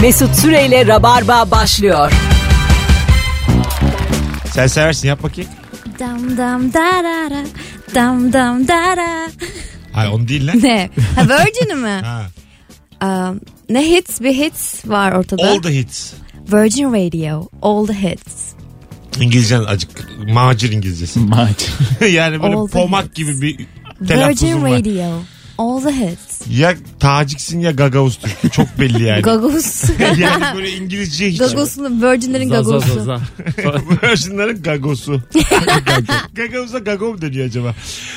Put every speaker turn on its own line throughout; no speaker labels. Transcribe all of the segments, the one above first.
Mesut Süreyle Rabarba başlıyor.
Sen seversin yap bakayım.
Dam dam darara. Dam dam dara.
Hayır onu değil lan.
Ne? Ha, Virgin'i mi?
Ha.
Aa, ne hits bir hits var ortada.
All the hits.
Virgin Radio. All the hits.
İngilizcen acık macir İngilizcesi.
Maç.
yani böyle
All the
pomak
hits.
gibi bir
Virgin
telaffuzum var.
Radio. All the hits.
Ya Taciksin ya Gagavuz Türk. Çok belli yani.
Gagus.
yani böyle İngilizce hiç.
Gagosunu, Virgin'lerin gagosu.
Virginlerin gagosu. Gagavuza gago mu dönüyor acaba?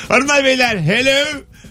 Hanımlar beyler hello.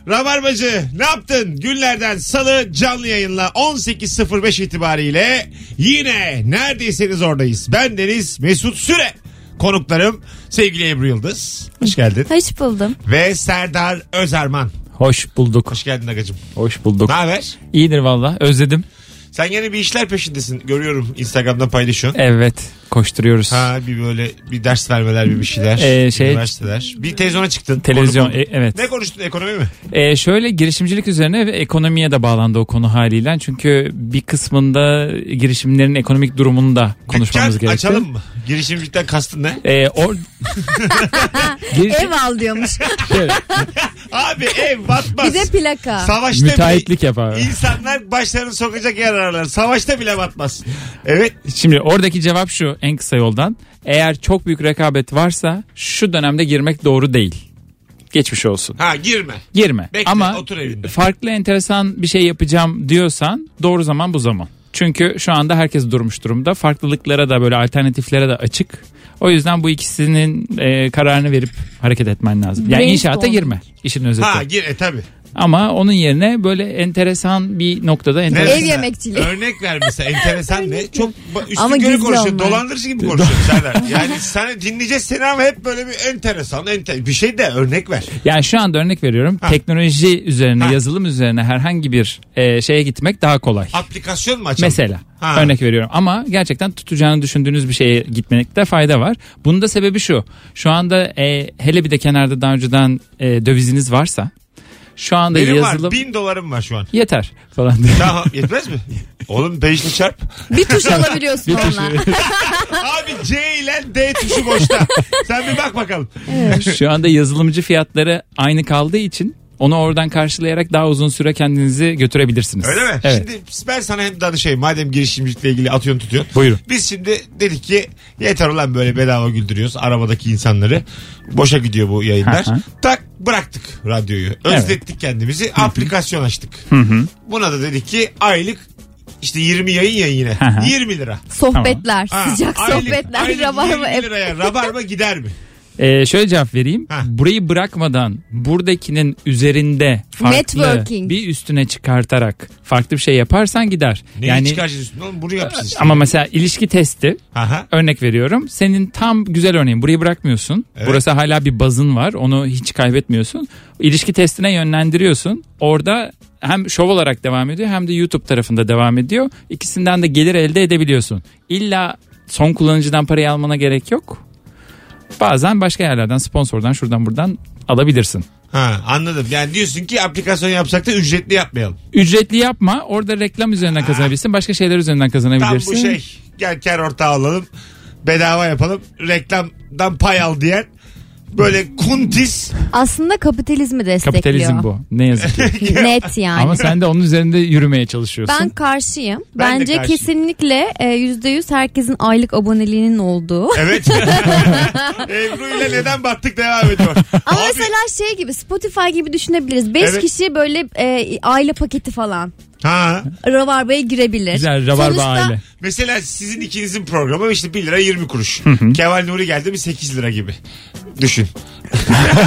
Rabarbacı ne yaptın? Günlerden salı canlı yayınla 18.05 itibariyle yine neredeyseniz oradayız. Ben Deniz Mesut Süre. Konuklarım sevgili Ebru Yıldız. Hoş geldin.
Hoş buldum.
Ve Serdar Özerman.
Hoş bulduk.
Hoş geldin Agacım.
Hoş bulduk.
Ne haber?
İyidir valla. Özledim.
Sen yine bir işler peşindesin. Görüyorum Instagram'da paylaşıyorsun.
Evet. Koşturuyoruz.
Ha bir böyle bir ders vermeler bir bir şeyler.
Ee, şey-
üniversiteler. Bir televizyona çıktın.
Televizyon.
Konu-
e, evet.
Ne konuştun ekonomi mi?
Ee, şöyle girişimcilik üzerine ve ekonomiye de bağlandı o konu haliyle. Çünkü bir kısmında girişimlerin ekonomik durumunu da konuşmamız
Dükkan
gerekti.
açalım mı? Girişimcilikten kastın ne?
Ee, or...
Ev
şey-
Girişim...
al diyormuş.
Abi ev batmaz.
Bir de plaka.
Savaşta bile
Müteahhitlik yapar.
insanlar başlarını sokacak yer ararlar. Savaşta bile batmaz. Evet.
Şimdi oradaki cevap şu en kısa yoldan. Eğer çok büyük rekabet varsa şu dönemde girmek doğru değil. Geçmiş olsun.
Ha girme.
Girme.
Bekle,
Ama
otur evinde.
farklı enteresan bir şey yapacağım diyorsan doğru zaman bu zaman. Çünkü şu anda herkes durmuş durumda. Farklılıklara da böyle alternatiflere de açık. O yüzden bu ikisinin e, kararını verip hareket etmen lazım. Yani
Brainstorm.
inşaata girme işin özeti.
Ha gir e tabi.
Ama onun yerine böyle enteresan bir noktada enteresan.
Ev yemekçiliği.
Örnek ver mesela enteresan ne? Çok ba- üstün
Ama
körü
gizli
konuşuyor.
onlar.
Dolandırıcı gibi konuşuyor Serdar. Yani sana dinleyeceğiz seni ama hep böyle bir enteresan enter bir şey de örnek ver.
Yani şu anda örnek veriyorum. Teknoloji üzerine,
Ha.
yazılım üzerine herhangi bir e, şeye gitmek daha kolay.
Aplikasyon mu açalım?
Mesela
Ha.
örnek veriyorum ama gerçekten tutacağını düşündüğünüz bir şeye gitmekte fayda var. Bunun da sebebi şu. Şu anda e, hele bir de kenarda daha önceden e, döviziniz varsa şu anda
Benim
yazılım
var bin dolarım var şu an.
yeter falan diye.
Tamam yetmez mi? Oğlum beşli çarp.
Bir tuş alabiliyorsun onunla.
Abi C ile D tuşu boşta. Sen bir bak bakalım.
şu anda yazılımcı fiyatları aynı kaldığı için onu oradan karşılayarak daha uzun süre kendinizi götürebilirsiniz.
Öyle mi?
Evet.
Şimdi ben sana hem danışayım. Madem girişimcilikle ilgili atıyorsun tutuyorsun.
Buyurun.
Biz şimdi dedik ki yeter ulan böyle bedava güldürüyoruz arabadaki insanları. Boşa gidiyor bu yayınlar.
Hı hı.
tak bıraktık radyoyu.
Evet.
Özlettik kendimizi. Aplikasyon açtık. Buna da dedik ki aylık işte 20 yayın ya yine.
Hı hı.
20 lira.
Sohbetler.
Ha,
Sıcak
aylık-
sohbetler.
aylık
rabarba
20
ev.
liraya rabarba gider mi?
Ee, şöyle cevap vereyim.
Ha.
Burayı bırakmadan buradakinin üzerinde farklı
Networking.
bir üstüne çıkartarak farklı bir şey yaparsan gider.
Neyi çıkaracağız üstüne oğlum? Bunu yapacağız işte.
Ama mesela ilişki testi
Aha.
örnek veriyorum. Senin tam güzel örneğin burayı bırakmıyorsun.
Evet.
Burası hala bir bazın var. Onu hiç kaybetmiyorsun. İlişki testine yönlendiriyorsun. Orada hem şov olarak devam ediyor hem de YouTube tarafında devam ediyor. İkisinden de gelir elde edebiliyorsun. İlla son kullanıcıdan parayı almana gerek yok. Bazen başka yerlerden sponsordan şuradan buradan alabilirsin.
Ha, anladım. Yani diyorsun ki aplikasyon yapsak da ücretli yapmayalım.
Ücretli yapma. Orada reklam üzerinden kazanabilirsin. Başka şeyler üzerinden
Tam
kazanabilirsin.
bu şey. Gel kar ortağı alalım. Bedava yapalım. Reklamdan pay al diyen böyle kuntis
Aslında kapitalizmi destekliyor.
Kapitalizm bu. Ne yazık ki.
Net yani.
Ama sen de onun üzerinde yürümeye çalışıyorsun.
Ben karşıyım.
Ben de
Bence
karşıyım.
kesinlikle e, %100 herkesin aylık aboneliğinin olduğu.
Evet. Ebru ile neden battık devam ediyor.
Ama
Abi,
mesela şey gibi Spotify gibi düşünebiliriz. 5
Evet.
kişi böyle e, aile paketi falan.
Ha.
Rabarba'ya girebilir.
Güzel rabarba
Sonuçta
aile.
Mesela sizin ikinizin programı işte 1 lira 20 kuruş. Kemal Nuri geldi mi 8 lira gibi. Düşün.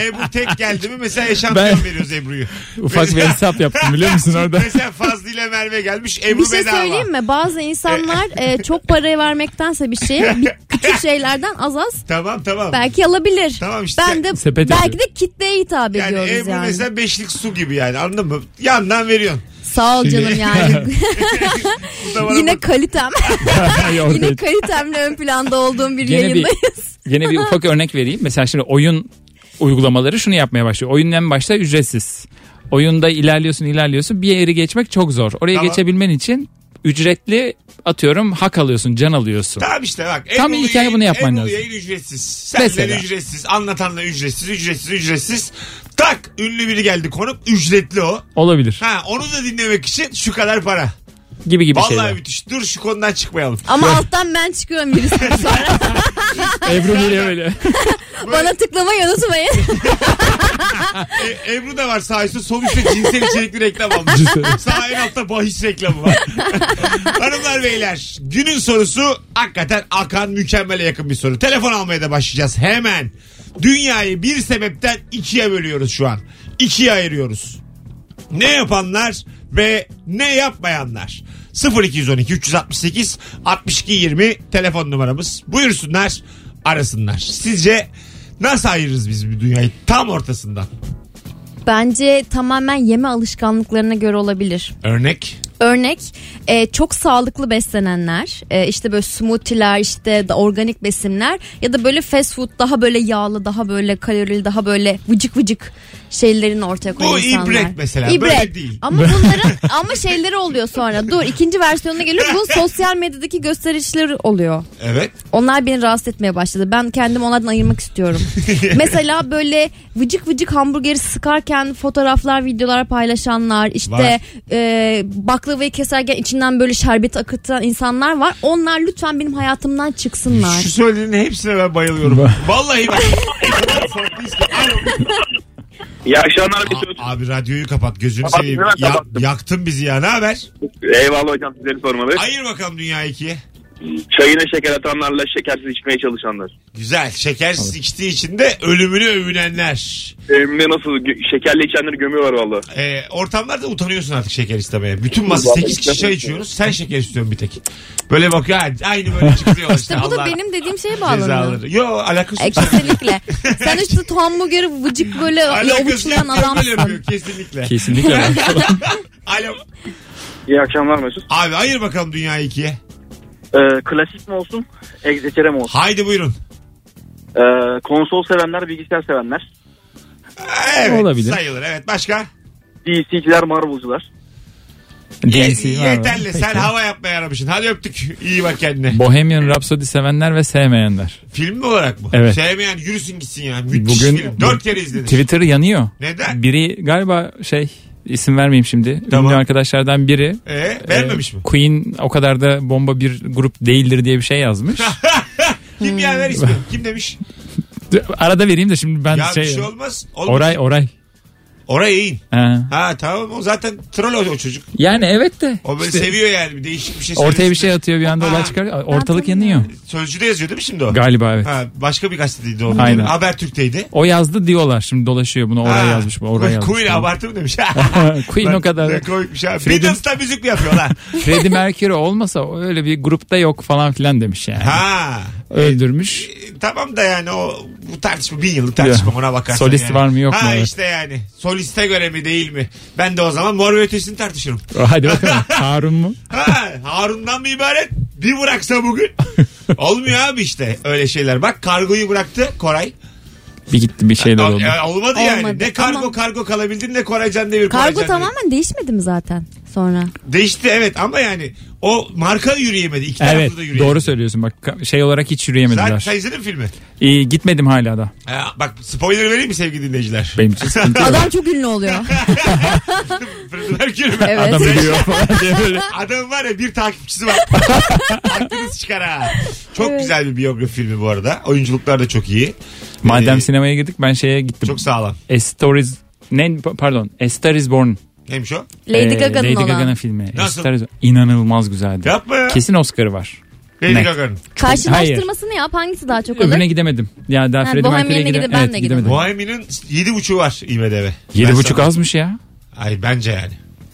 Ebru tek geldi mi mesela eşantiyon
Ben-
veriyoruz Ebru'yu.
Ufak bir
Mesela-
hesap yaptım biliyor musun orada?
Mesela Fazlı ile Merve gelmiş Ebru
Bir şey
bedava.
söyleyeyim mi? Bazı insanlar e, çok para vermektense bir şeye bir küçük şeylerden az az
Tamam tamam.
belki alabilir.
Tamam işte.
Ben de
Sepet
belki de
yapıyor.
kitleye hitap
Yani
ediyoruz
Ebru
yani.
mesela beşlik su gibi yani anladın mı? Yandan veriyorsun.
Sağ ol canım yani.
Bu da bana
Yine
bak-
kalitem.
Yok,
Yine
evet.
kalitemle ön planda olduğum bir
Gene bir-
yayındayız.
Yine bir ufak örnek vereyim. Mesela şimdi oyun uygulamaları şunu yapmaya başlıyor. Oyunun en başta ücretsiz. Oyunda ilerliyorsun ilerliyorsun bir yeri geçmek çok zor. Oraya
Tamam.
geçebilmen için ücretli atıyorum hak alıyorsun, can alıyorsun.
Tamam işte bak.
Tam
Ebru'lu
hikaye bunu yapman
Ebru'lu
lazım.
yayın ücretsiz. Senden
Mesela.
ücretsiz. Anlatanla ücretsiz. Ücretsiz ücretsiz. Tak ünlü biri geldi konuk. Ücretli o.
Olabilir.
Ha onu da dinlemek için şu kadar para.
Gibi gibi
Vallahi
şeyler.
müthiş. Dur şu konudan çıkmayalım.
Ama alttan ben çıkıyorum birisi sonra.
Ebru geliyor böyle.
Bana tıklamayı unutmayın.
E, Ebru da var sayesinde sonuçta cinsel içerikli reklam almış. Sağ en altta bahis reklamı var. Hanımlar beyler günün sorusu hakikaten akan mükemmele yakın bir soru. Telefon almaya da başlayacağız hemen. Dünyayı bir sebepten ikiye bölüyoruz şu an. İkiye ayırıyoruz. Ne yapanlar ve ne yapmayanlar. 0212 368 62 20 telefon numaramız. Buyursunlar arasınlar. Sizce nasıl ayırırız biz bir dünyayı tam ortasından?
Bence tamamen yeme alışkanlıklarına göre olabilir.
Örnek.
Örnek e, çok sağlıklı beslenenler e, işte böyle smoothie'ler işte da organik besinler ya da böyle fast food daha böyle yağlı daha böyle kalorili daha böyle vıcık vıcık şeylerin ortaya koyan
Bu
insanlar.
ibrek mesela, böyle değil.
Ama bunların ama şeyleri oluyor sonra dur ikinci versiyonuna geliyor bu sosyal medyadaki gösterişleri oluyor.
Evet.
Onlar beni rahatsız etmeye başladı. Ben kendimi onlardan ayırmak istiyorum. Mesela böyle vıcık vıcık hamburgeri sıkarken fotoğraflar, videolar paylaşanlar,
Var.
işte e, baklavayı keserken içinden böyle şerbet akıtan insanlar var. Onlar lütfen benim hayatımdan çıksınlar.
Şu söylediğinin hepsine ben bayılıyorum. Vallahi bak. O kadar farklıyız ki. Alo.
İyi akşamlar bir söz.
A- abi radyoyu kapat gözünü
Kapattım,
seveyim.
hemen
Ya-
kapattım.
yaktın bizi ya ne haber?
Eyvallah hocam sizleri sormalı.
Ayır bakalım dünya ikiye.
Çayına şeker atanlarla şekersiz içmeye çalışanlar.
Güzel şekersiz içtiği için de ölümünü övünenler.
Evimde nasıl gö- şekerli içenleri gömüyorlar valla.
Ee, ortamlarda utanıyorsun artık şeker istemeye. Bütün masa 8 kişi çay içiyoruz sen şeker istiyorsun bir tek. Böyle bakıyor ha, aynı böyle çıkıyorlar işte.
İşte bu da
Allah
benim dediğim şeye bağlanıyor.
cezaları. Yo alakası
E,
yok.
kesinlikle. Sen işte hamburgeri vıcık böyle
Alakası yok.
avuçlayan
Böyle yapıyor
adamsın.
kesinlikle.
Kesinlikle.
Alo.
İyi akşamlar Mesut.
Abi ayır bakalım dünyayı ikiye.
Ee, klasik mi olsun, egzekere mi olsun?
Haydi buyurun.
Ee, konsol sevenler, bilgisayar sevenler.
Evet,
Olabilir.
Sayılır evet. Başka?
DC'ciler, Marvel'cılar.
Değilsin, var mı?
Yeterli. Sen
Peki.
hava yapmaya yaramışsın. Hadi öptük. İyi bak kendine.
Bohemian Rhapsody sevenler ve sevmeyenler.
film mi olarak mı?
Evet.
Sevmeyen yürüsün gitsin ya. Müthiş
Bugün-
film. Dört kere izledim.
Twitter yanıyor.
Neden?
Biri galiba şey isim vermeyeyim şimdi.
Tamam.
Ünlü arkadaşlardan biri
Ee, beğenmemiş
e,
mi?
Queen o kadar da bomba bir grup değildir diye bir şey yazmış. Hmm.
Kim ya ver ismi. Kim demiş?
Arada vereyim de şimdi ben
ya
şey,
bir şey olmaz. Oğlum,
Oray Oray.
Oraya in.
Ha.
Ha tamam o zaten troll o, o çocuk.
Yani evet de
O böyle
işte
seviyor yani bir değişik bir şey.
ortaya
söylesin.
bir şey atıyor bir anda
Ha.
olay çıkar. Ortalık yanıyor.
Sözcüde yazıyor değil mi şimdi o?
Galiba evet.
Ha, başka bir gazeteydi o.
Aynen.
Habertürk'teydi.
O yazdı diyorlar. Şimdi dolaşıyor bunu
Ha.
oraya yazmış bu oraya yazmış.
Queen abartı mı demiş?
Queen o
Ne
kadar.
koymuş ha.
Freedom-
Beatles'ta müzik mi yapıyor lan?
Freddie Mercury olmasa öyle bir grupta yok falan filan demiş yani.
ha.
Öldürmüş.
E, tamam da yani o bu tartışma bin yıllık tartışma
Ya.
ona bakarsan.
Solist
yani.
var mı, yok mu?
Ha
Evet.
işte yani. Soliste göre mi değil mi? Ben de o zaman mor ve ötesini tartışırım.
Hadi bakalım. Harun mu?
Ha Harun'dan mı ibaret? Bir bıraksa bugün. Olmuyor abi işte öyle şeyler. Bak kargoyu bıraktı Koray.
Bir gitti bir şeyler oldu.
Ya, olmadı yani.
Olmadı,
Ne kargo
tamam.
kargo kalabildin ne Koray Can Demir. Koray
Kargo
Can Demir.
tamamen değişmedi mi zaten sonra?
Değişti evet ama yani o marka yürüyemedi. İki
Evet
taraflı da yürüyemedi.
doğru söylüyorsun bak ka- şey olarak hiç
Zaten
yürüyemediler.
sen izledin mi filmi?
İyi, gitmedim hala da.
Ha, bak spoiler vereyim mi sevgili dinleyiciler?
Benim için sıkıntı yok.
Adam çok ünlü oluyor.
Freddie Mercury mi?
Evet.
Adam biliyor falan diye böyle.
Adam var ya bir takipçisi var. Aklınız çıkar ha. Çok güzel bir biyografi filmi bu arada. Oyunculuklar da çok iyi.
Madem
Ee,
sinemaya girdik ben şeye gittim.
Çok sağlam.
A Star Is- ne pardon A Star Is Born.
Neymiş o?
Lady
Ee,
Gaga'nın
Lady
olan.
Gaga'nın filmi. A
Nasıl?
Star Is- inanılmaz güzeldi.
Yapma ya.
Kesin Oscar'ı var.
Lady
Ne?
Gaga'nın.
Karşılaştırmasını yap hangisi daha çok alır?
Öbürüne gidemedim. Ya daha
Ha,
Freddie
Bohemian'e
Mercury'e gide-
gidip ben
evet,
de
gidemedim.
Bohemian'ın 7.5'u var IMDB.
Yedi
Ben
buçuk
sana-
azmış ya.
Ay bence yani.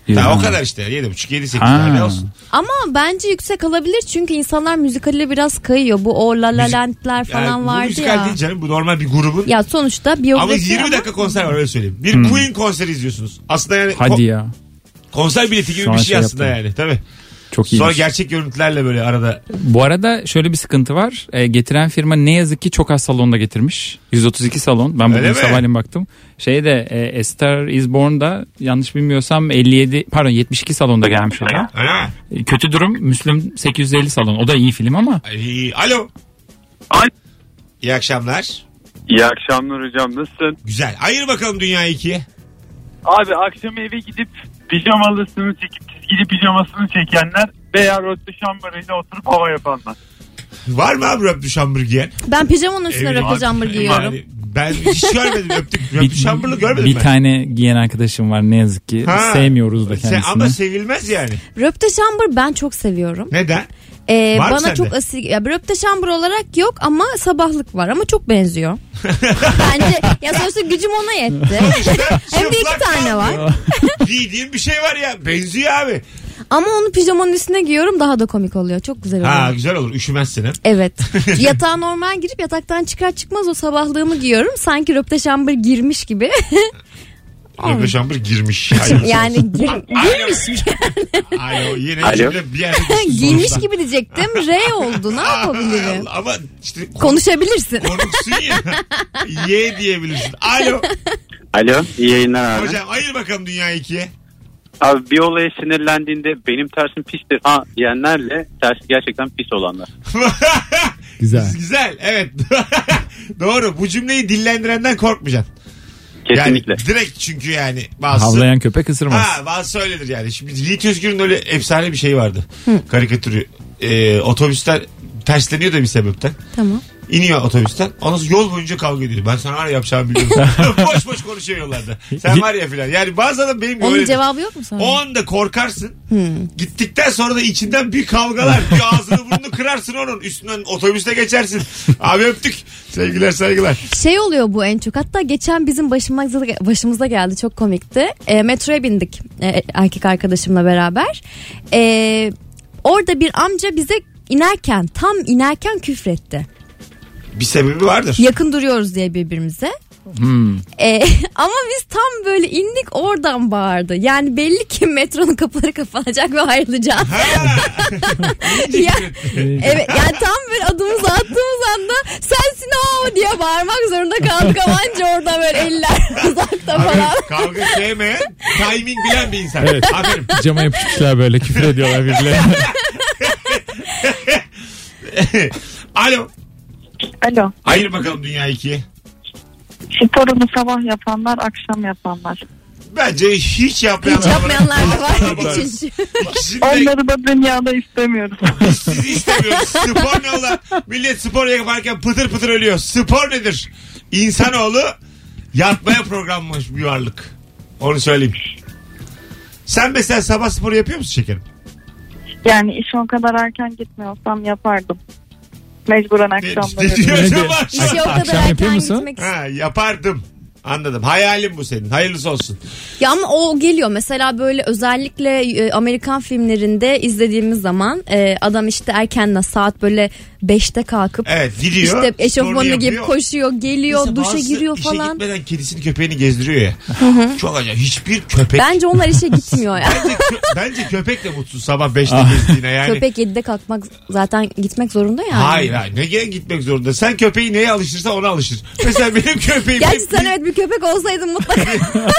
Yedi
Daha o
buçuk.
kadar işte. 7.5, 7, 8
Ha.
yani olsun.
Ama bence yüksek alabilir çünkü insanlar müzikale biraz kayıyor. Bu O La La
Müzik-
Land'ler falan
Yani bu
vardı
müzikal
ya.
değil canım. Bu normal bir grubun.
Ya sonuçta
ama
biyografi
20 dakika konser var öyle söyleyeyim. Bir Queen konseri izliyorsunuz. Aslında yani
Hmm. Hadi
ko-
ya.
konser bileti
Şu
gibi
an
bir şey
şey
aslında
yaptım.
yani. Tabii.
Çok
Sonra
iyiymiş.
gerçek görüntülerle böyle arada.
Bu arada şöyle bir sıkıntı var. E, getiren firma ne yazık ki çok az salonda getirmiş. 132 salon. Ben
Öyle
bugün
mi?
sabahleyin baktım. Şeyde e, A Star Is Born'da yanlış bilmiyorsam 57 pardon 72 salonda gelmiş ona.
Öyle mi?
E, kötü durum Müslüm 850 salon. O da iyi film ama
Ay, alo.
Alo.
İyi akşamlar.
İyi akşamlar hocam nasılsın?
Güzel. Ayır bakalım dünyayı ikiye.
Abi akşam eve gidip pijamalısını çekip çizgili pijamasını çekenler veya rötü şambarıyla oturup hava yapanlar.
Var mı abi röptü şambır giyen?
Ben pijamanın üstüne
Evet.
röpte jambır giyiyorum.
Yani ben hiç görmedim öptük. Röptü şambırlı görmedim
bir
ben.
tane giyen arkadaşım var ne yazık ki.
Ha.
Sevmiyoruz da
Se-
kendisini.
ama sevilmez yani.
Röpte jambır ben çok seviyorum.
Neden?
Ee,
Var mı
bana
sende?
çok asil ya röpte şambır olarak yok ama sabahlık var ama çok benziyor. Bence ya sonuçta gücüm ona yetti. Hem de iki
Çıplak
tane var.
kalmıyor. Giydiğin bir şey var ya. Benziyor abi.
Ama onu pijamanın üstüne giyiyorum daha da komik oluyor. Çok güzel oluyor.
Ha güzel olur. Üşümezsin hem.
Evet. Yatağa normal girip yataktan çıkar çıkmaz o sabahlığımı giyiyorum. Sanki röpte şambır girmiş gibi.
Röptü şambır girmiş.
yani gir- girmiş
Alo yine
Alo.
cümle bir yerde düştü
giymiş
sonuçta.
gibi diyecektim. R oldu. Ne
Ay
yapabilirim?
Allah, Ama işte
Konuşabilirsin.
konuksun ya. Ye diyebilirsin. Alo.
Alo iyi yayınlar abi.
Hocam ayır bakalım dünyayı ikiye.
Abi bir olaya sinirlendiğinde benim tersim pistir ha diyenlerle tersi gerçekten pis olanlar.
Güzel.
Güzel evet. Doğru bu cümleyi dillendirenden korkmayacaksın.
Kesinlikle.
Yani direkt çünkü yani bazı
Havlayan köpek ısırmaz.
Ha bazı söylenir yani. Şimdi Yiğit Özgür'ün öyle efsane bir şey vardı. Karikatürü. Ee, otobüsler tersleniyor da bir sebepten.
tamam.
İniyor otobüsten. Ondan sonra yol boyunca kavga ediyor. Ben sana var ya yapacağımı biliyorum. boş boş konuşuyor yollarda. Sen var ya filan. Yani bazen de benim
Onun
böyle...
cevabı yok mu sonra?
O anda korkarsın. Gittikten sonra da içinden bir kavgalar. Bir ağzını burnunu kırarsın onun. Üstünden otobüste geçersin. Abi öptük. Sevgiler saygılar.
Şey oluyor bu en çok. Hatta geçen bizim başımıza, başımıza geldi. Çok komikti. E, metroya bindik e, erkek arkadaşımla beraber. E, orada bir amca bize inerken tam inerken küfretti.
Bir sebebi vardır.
Yakın duruyoruz diye birbirimize.
Hmm.
E, ama biz tam böyle indik oradan bağırdı. Yani belli ki metronun kapıları kapanacak ve ayrılacağız. ya, evet yani tam böyle adımızı attığımız anda sensin o diye bağırmak zorunda kaldık ama anca orada böyle eller uzakta falan.
Abi, kavga sevmeyen, timing bilen bir insan. Aferin.
Cama yapışmışlar böyle küfür ediyorlar birbirlerine.
Alo.
Alo.
Ayır bakalım dünya ikiye.
Sporunu sabah yapanlar, akşam yapanlar.
Bence hiç yapmayan
Hiç yapmayanlar da var. Üçüncü.
İkisini de
Onları da dünyada istemiyoruz.
sizi istemiyoruz. Spor ne ola? Millet spor yaparken pıtır pıtır ölüyor. Spor nedir? İnsanoğlu yatmaya programlanmış bir varlık. Onu söyleyeyim. Sen mesela sabah sporu yapıyor musun şekerim?
Yani iş o kadar erken gitmiyorsam yapardım. Mecburen
Ne-
akşamları.
ne diyor
Ne
acaba?
diyor?
İşe o kadar
Akşam yapıyor
erken
musun?
gitmek
Ha, yapardım. Anladım. Hayalim bu senin. Hayırlısı olsun.
Ya ama o geliyor mesela böyle özellikle e, Amerikan filmlerinde izlediğimiz zaman e, adam işte erkenden saat böyle 5'te kalkıp
Evet gidiyor.
işte
sporunu
eşofmanı gibi
yapıyor.
koşuyor geliyor
Mesela
duşa
bazısı
giriyor
İşe
falan.
gitmeden kedisini köpeğini gezdiriyor ya. Çok acayip. Hiçbir köpek.
Bence onlar işe gitmiyor ya.
Bence, kö- bence köpek de mutsuz sabah 5'te gezdiğine yani.
Köpek 7'de kalkmak zaten gitmek zorunda yani.
Hayır hayır ne gerek gitmek zorunda. Sen köpeği neye alışırsa ona alışır. Mesela benim köpeğim
Gerçi
de,
sen evet bir köpek olsaydın mutlaka.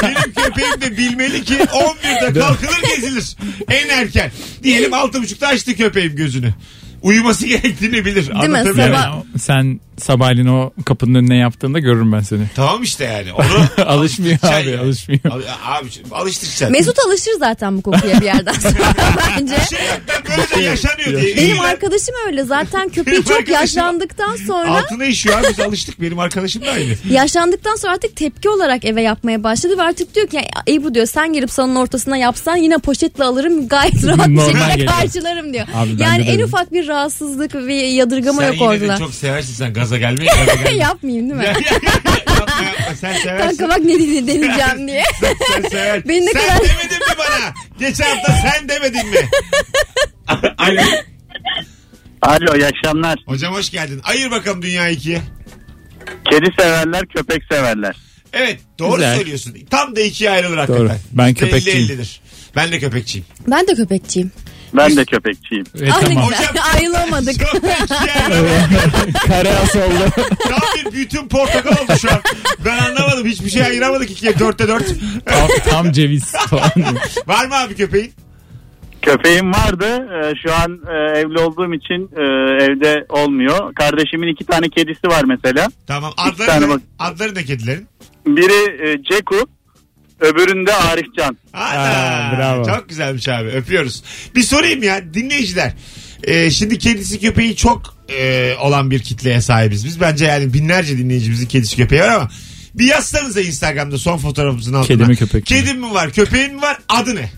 benim köpeğim de bilmeli ki 11'de kalkılır gezilir. En erken. Diyelim 6.30'da açtı köpeğim gözünü. Uyuması gerektiğini bilir. Anlatabiliyor muyum?
Yani
Sabah-
o- sen sabahleyin o kapının önüne yaptığında görürüm ben seni.
Tamam işte yani. Onu
Alışmıyor
Şey
abi,
yani.
alışmıyor.
Al- Abi alıştıracaksın.
Mesut alışır zaten bu kokuya bir yerden sonra bence.
Şey yok lan, böyle de yaşanıyor diye.
Benim
İyiler-
arkadaşım öyle zaten köpeği
Benim
çok
arkadaşım-
yaşlandıktan sonra
Altına işiyor abi biz alıştık. Benim arkadaşım da aynı.
Yaşlandıktan sonra artık tepki olarak eve yapmaya başladı ve artık diyor ki "Ya Ebru diyor sen gelip salonun ortasına yapsan yine poşetle alırım gayet rahat bir
Normal
şekilde
geliyor.
karşılarım diyor.
Abi ben
yani
de
en
dedim.
ufak bir rahatsızlık ve yadırgama
sen
yok
yine de
orada.
çok seversin sen gaza gelmeyi. Gaza gelmeyi.
Yapmayayım değil mi?
Ya, ya, ya, yapma, yapma. Sen seversin.
Kanka bak ne dedi- deneyeceğim diye.
Sen sever.
Beni ne
sen
kadar-
demedin mi bana? Geçen hafta sen demedin mi? Alo.
Alo iyi akşamlar.
Hocam hoş geldin. Ayır bakalım dünya ikiye.
Kedi severler köpek severler.
Evet doğru
Güzel.
söylüyorsun. Tam da ikiye ayrılır hakikaten.
Doğru. Ben köpekçiyim.
%50-50'dir. Ben de köpekçiyim.
Ben de köpekçiyim.
Ben de köpekçiyim.
E,
Ah ne
tamam.
güzel.
Hocam-
Ayrılamadık.
Çok yani.
Kare as oldu.
Tam bir bütün portakal oldu şu an. Ben anlamadım. Hiçbir şey ayıramadık ikiye. Dörtte dört.
tam, tam ceviz falan.
Var mı abi köpeğin?
Köpeğim vardı. Ee, Şu an e, evli olduğum için e, evde olmuyor. Kardeşimin iki tane kedisi var mesela.
Tamam.
İki tane
Adları ne?
bak.
Adları ne kedilerin?
Biri e, Ceku, öbüründe Arifcan.
Ana.
Aa, bravo.
Çok güzelmiş abi. Öpüyoruz. Bir sorayım ya dinleyiciler. Ee, şimdi kedisi köpeği çok e, olan bir kitleye sahibiz biz. Bence yani binlerce dinleyicimizin kedisi köpeği var ama bir yazsanıza Instagram'da son fotoğrafımızın altına.
Kedi mi, köpek mi?
Kedim mi var köpeğim mi var adı ne?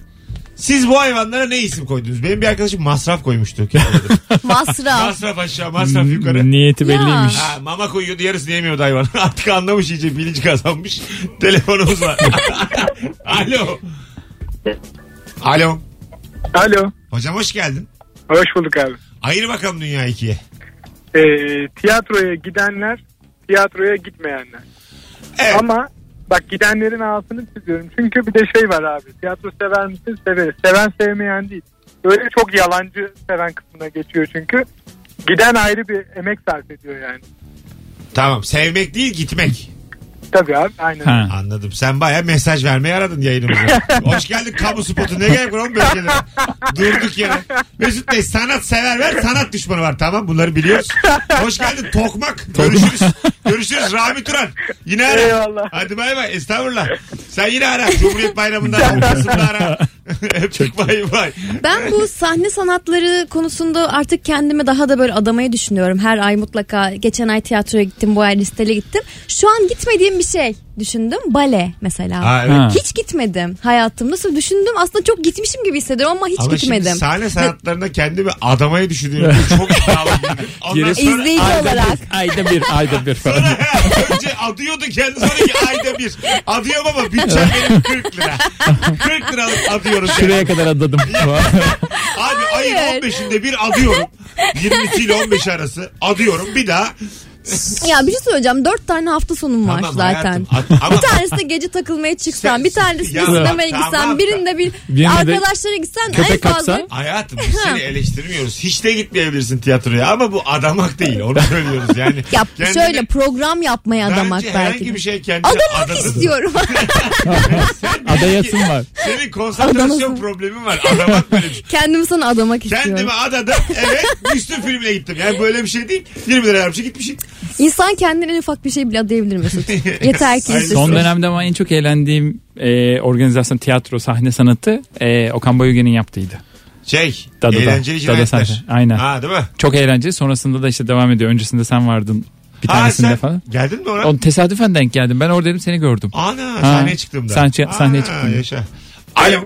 Siz bu hayvanlara ne isim koydunuz? Benim bir arkadaşım masraf koymuştu.
Masraf.
masraf aşağı masraf yukarı.
Niyeti belliymiş.
Ha, mama koyuyordu yarısını yemiyordu hayvan. Artık anlamış iyice bilinci kazanmış. Telefonumuz var. Alo. Alo.
Alo.
Hocam hoş geldin.
Hoş bulduk abi.
Ayır bakalım dünya ikiye.
Ee, tiyatroya gidenler, tiyatroya gitmeyenler.
Evet.
Ama bak gidenlerin ağzını çiziyorum. Çünkü bir de şey var abi. Tiyatro sever misin? Severiz. Seven sevmeyen değil. Böyle çok yalancı seven kısmına geçiyor çünkü. Giden ayrı bir emek sarf ediyor yani.
Tamam sevmek değil gitmek.
Tabii abi aynen.
Ha.
Anladım. Sen baya mesaj vermeye aradın yayınımıza. hoş geldin kamu spotu. Ne gerek var oğlum böyle şeylere? Durduk yere. Mesut Bey sanat sever ver sanat düşmanı var. Tamam bunları biliyoruz. Hoş geldin tokmak. Görüşürüz. Görüşürüz Rami Turan. Yine ara.
Eyvallah.
Hadi bay bay. Estağfurullah. Sen yine ara. Cumhuriyet Bayramı'ndan Kasım'da ara. Öptük bay bay.
Ben bu sahne sanatları konusunda artık kendimi daha da böyle adamayı düşünüyorum. Her ay mutlaka geçen ay tiyatroya gittim, bu ay listele gittim. Şu an gitmediğim bir şey düşündüm. Bale mesela.
Aa, evet.
Ha.
Hiç gitmedim hayatımda. Sırf Düşündüm aslında çok gitmişim gibi hissediyorum ama hiç
Ama
gitmedim.
şimdi sahne sanatlarına kendimi adamayı düşünüyorum. Çok iddialı. Ondan
Gerisi-
sonra,
İzleyici olarak.
ayda bir, ayda bir falan.
önce adıyordu kendi sonra ki ayda bir. Adıyorum ama bütçem benim 40 lira. 40 liralık adıyorum. yani.
Şuraya kadar adadım.
Abi ayın 15'inde bir adıyorum. 22 ile 15 arası adıyorum. Bir daha.
Ya bir şey söyleyeceğim. Dört tane hafta sonum var
Tamam
zaten.
hayatım, at- ama-
Bir tanesinde gece takılmaya çıksan,
Sen-
bir tanesinde
Ya,
sinemaya
tamam.
gitsen, birinde bir
Birinde
arkadaşlara gitsen en
köpek
fazla
kapsan.
Hayatım biz seni eleştirmiyoruz. Hiç de gitmeyebilirsin tiyatroya ama bu adamak değil. Onu söylüyoruz yani.
yap
Kendini-
şöyle program yapmaya adamak
Bence
belki.
herhangi bir şey kendine
Adamak
adadın.
istiyorum.
Adayasın var.
Senin konsantrasyon
Adamasın.
problemin var. Adamak böyle bir şey.
Kendimi sana adamak istiyorum.
Kendimi adadım. Evet Müslüm filmine gittim. Yani böyle bir şey değil. 20 lira yapmış gitmişim.
İnsan kendine en ufak bir şey bile adayabilir Mesut. Yeter ki
Aynen.
izlesin.
Son
Son dönemde ama en çok eğlendiğim e, organizasyon tiyatro sahne sanatı e, Okan Bayülgen'in yaptığıydı.
Şey
Dadı'da.
eğlenceli
Dadı
cinayetler.
sahne. Aynen.
Ha değil mi?
Çok eğlenceli. Sonrasında da işte devam ediyor. Öncesinde sen vardın bir
Ha
tanesinde
sen
falan.
geldin mi ona?
O tesadüfen denk geldim. Ben oradaydım seni gördüm.
Ana
Ha.
sahneye çıktım da.
Sahne- sahneye
Aa,
çıktım.
Yaşa. Alo.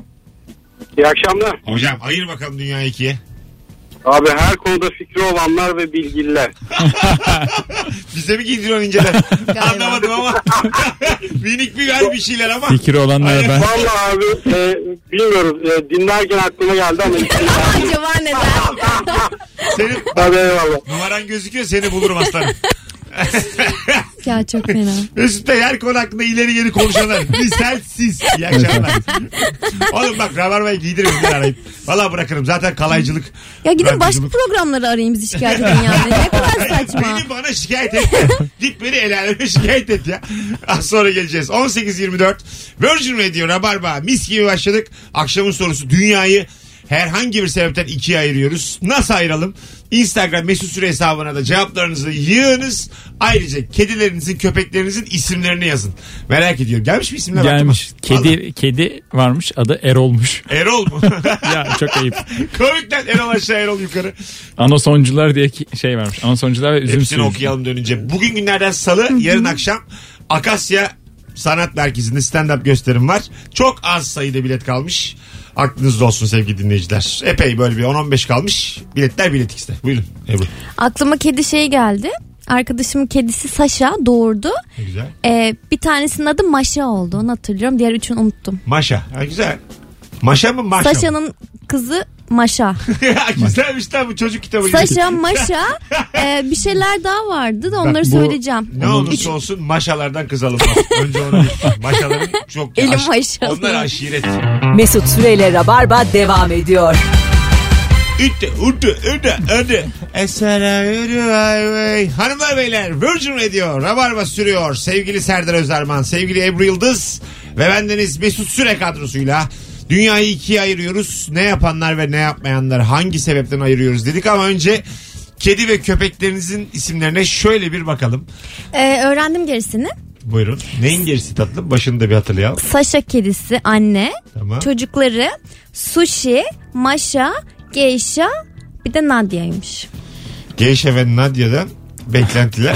İyi akşamlar.
Hocam ayır bakalım dünya ikiye.
Abi her konuda fikri olanlar ve bilgililer.
Bize mi giydiriyorsun inceden? Anlamadım ama. Minik bir ver bir şeyler ama.
Fikri olanlara ben.
Vallahi abi e, bilmiyorum e, dinlerken aklıma geldi ama
Acaba neden?
Senin
Abi eyvallah.
numaran gözüküyor seni bulurum aslanım.
ya çok fena.
Mesut Bey her konu hakkında ileri geri konuşanlar. Biz sensiz. İyi akşamlar. Oğlum bak Rabarba'yı giydiririm bir arayıp. Valla bırakırım zaten kalaycılık.
Ya gidin başka
radyoculuk.
programları arayın bizi şikayet edin yani. Ne kadar saçma.
Beni bana şikayet et. Git beni el aleme şikayet et ya. Az sonra geleceğiz. 18.24 Virgin Radio Rabarba mis gibi başladık. Akşamın sorusu dünyayı herhangi bir sebepten ikiye ayırıyoruz. Nasıl ayıralım? Instagram mesut süre hesabına da cevaplarınızı yığınız. Ayrıca kedilerinizin, köpeklerinizin isimlerini yazın. Merak ediyorum. Gelmiş mi isimler?
Gelmiş.
aklıma?
Kedi kedi varmış adı Erol'muş.
Vallahi. Erol mu?
ya çok ayıp.
Komikten Erol aşağı Erol yukarı.
Anasoncular diye ki- şey varmış. Anasoncular ve üzüm
Hepsini
suyu.
okuyalım dönünce. Bugün günlerden salı yarın akşam Akasya Sanat Merkezi'nde stand-up gösterim var. Çok az sayıda bilet kalmış. Aklınızda olsun sevgili dinleyiciler. Epey böyle bir 10-15 kalmış. Biletler Bilet X'de. Buyurun Ebru.
Aklıma kedi şeyi geldi. Arkadaşımın kedisi Saşa doğurdu.
Ne güzel.
Ee, bir tanesinin adı Maşa oldu. Onu hatırlıyorum. Diğer üçünü unuttum.
Maşa. Ha, güzel. Maşa mı Maşa mı?
Saşa'nın kızı Maşa.
Güzelmiş lan bu çocuk kitabı. gibi.
Saşa, Maşa. ee, bir şeyler daha vardı da onları
bu-
söyleyeceğim.
Ne olursa olsun maşalardan kızalım. Önce onu maşaların çok
Elim
aş-
maşalı.
Onlar aşiret.
Mesut Süreyle Rabarba devam ediyor.
Ütte, ütte, ütte, ütte. Esera yürü ay vey. Hanımlar beyler Virgin Radio Rabarba sürüyor. Sevgili Serdar Özerman, sevgili Ebru Yıldız ve bendeniz Mesut Süre kadrosuyla dünyayı ikiye ayırıyoruz. Ne yapanlar ve ne yapmayanlar hangi sebepten ayırıyoruz dedik ama önce kedi ve köpeklerinizin isimlerine şöyle bir bakalım.
Ee, öğrendim gerisini.
Buyurun. Neyin gerisi tatlım? Başını da bir hatırlayalım.
Saşa kedisi anne.
Tamam.
Çocukları Sushi, Maşa, Geisha bir de Nadia'ymış.
Geyşe ve Nadia'dan beklentiler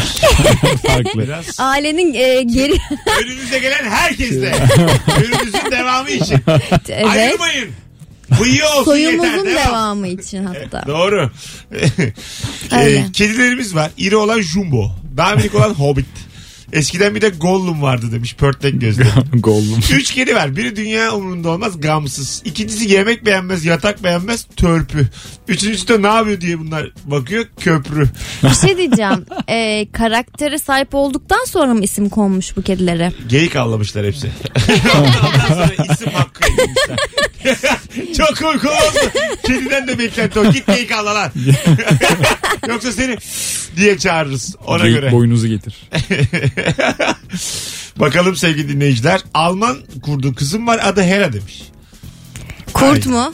Farklı.
biraz
Ailenin e, geri...
Önünüze gelen herkesle. Ürünüzün devamı için.
evet.
Ayırmayın. Bıyığı olsun yeter.
Soyumuzun
Devam.
devamı için hatta.
Doğru.
Öyle.
Ee, kedilerimiz var. İri olan Jumbo. Daha minik olan Hobbit. Eskiden bir de Gollum vardı demiş. Pörtlek gözlü.
Gollum.
Üç kedi var. Biri dünya umurunda olmaz gamsız. İkincisi yemek beğenmez, yatak beğenmez, törpü. Üçüncüsü de ne yapıyor diye bunlar bakıyor köprü.
Bir şey diyeceğim. Ee, karaktere sahip olduktan sonra mı isim konmuş bu kedilere?
Geyik avlamışlar hepsi. Ondan sonra isim hakkı edilmişler. Çok korku oldu. Kediden de beklenti o. Git geyik avla lan. Yoksa seni diye çağırırız. Ona
Geyik
göre.
boynuzu getir.
Bakalım sevgili dinleyiciler. Alman kurdu kızım var adı Hera demiş.
Kurt mu?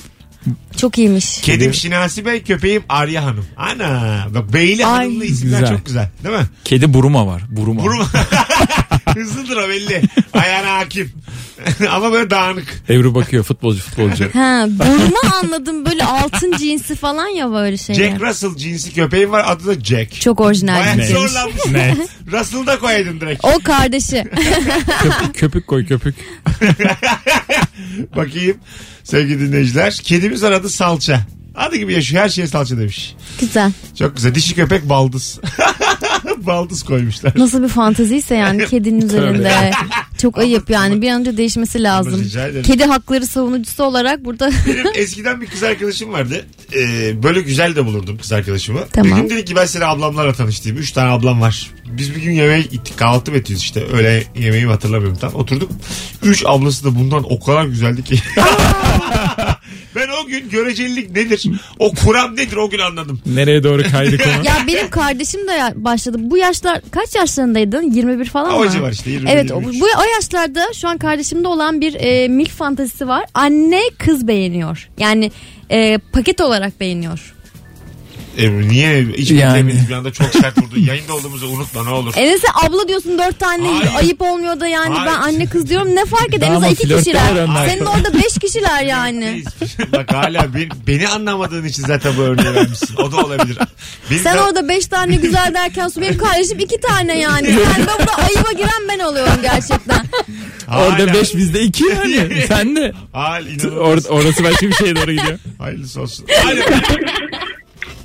Çok iyiymiş.
Kedim Şinasi Bey, köpeğim Arya Hanım. Ana. Bak Beyli
Ay.
Hanım'lı isimler
Güzel.
çok güzel. Değil mi?
Kedi buruma var. Buruma.
Vurma. Hızlıdır o belli. Ayağına hakim. Ama böyle dağınık.
Evru bakıyor futbolcu futbolcu.
Ha, burnu anladım böyle altın cinsi falan ya böyle şeyler.
Jack Russell cinsi köpeğim var adı da Jack.
Çok orijinal bir
Bayağı
şeymiş.
zorlanmış.
ne?
Russell'ı da koyaydın direkt.
O kardeşi.
Köpük, köpük koy köpük.
Bakayım sevgili dinleyiciler. Kedimiz var adı Salça. Adı gibi yaşıyor her şeye salça demiş.
Güzel.
Çok güzel. Dişi köpek baldız. baldız koymuşlar.
Nasıl bir fanteziyse yani kedinin üzerinde. Çok ayıp yani bir an önce değişmesi lazım.
Rica ederim.
Kedi hakları savunucusu olarak burada
Benim eskiden bir kız arkadaşım vardı. Ee, böyle güzel de bulurdum kız arkadaşımı.
Tamam.
Bir gün dedi ki ben seni ablamlarla tanıştırayım. Üç tane ablam var. Biz bir gün yemeğe gittik. Kahvaltı mı ediyoruz işte. Öyle yemeği mi hatırlamıyorum tam. Oturduk. Üç ablası da bundan o kadar güzeldi ki. ben o gün görecelilik nedir? O kuram nedir o gün anladım.
Nereye doğru kaydık onu?
Ya benim kardeşim de ya- başladı. Bu yaşlar kaç yaşlarındaydın? 21 falan mı?
O civar işte, 21,
Evet o,
23.
bu, o yaşlarda şu an kardeşimde olan bir e, milk fantazisi var. Anne kız beğeniyor. Yani e, paket olarak beğeniyor.
Ebru E, niye hiç
Yani.
beklemediğim bir anda çok sert vurdun. Yayında olduğumuzu unutma ne olur.
Enes'e abla diyorsun dört tane
Hayır.
ayıp olmuyor da yani
Hayır.
ben anne kız diyorum ne fark eder?
Daha
Enes'e
ama
iki
flört
kişiler.
var onlar.
Senin orada beş kişiler yani.
Bak hala beni, beni anlamadığın için zaten bu örneği vermişsin. O da olabilir. Benim
Sen
de-
orada beş tane güzel derken su benim kardeşim iki tane yani. Yani ben burada ayıba giren ben oluyorum gerçekten.
Orada
Hala-
5 bizde 2 yani. Sen de.
Hal inanılmaz.
Or- orası başka bir şeye doğru gidiyor.
Hayırlısı olsun. Alo.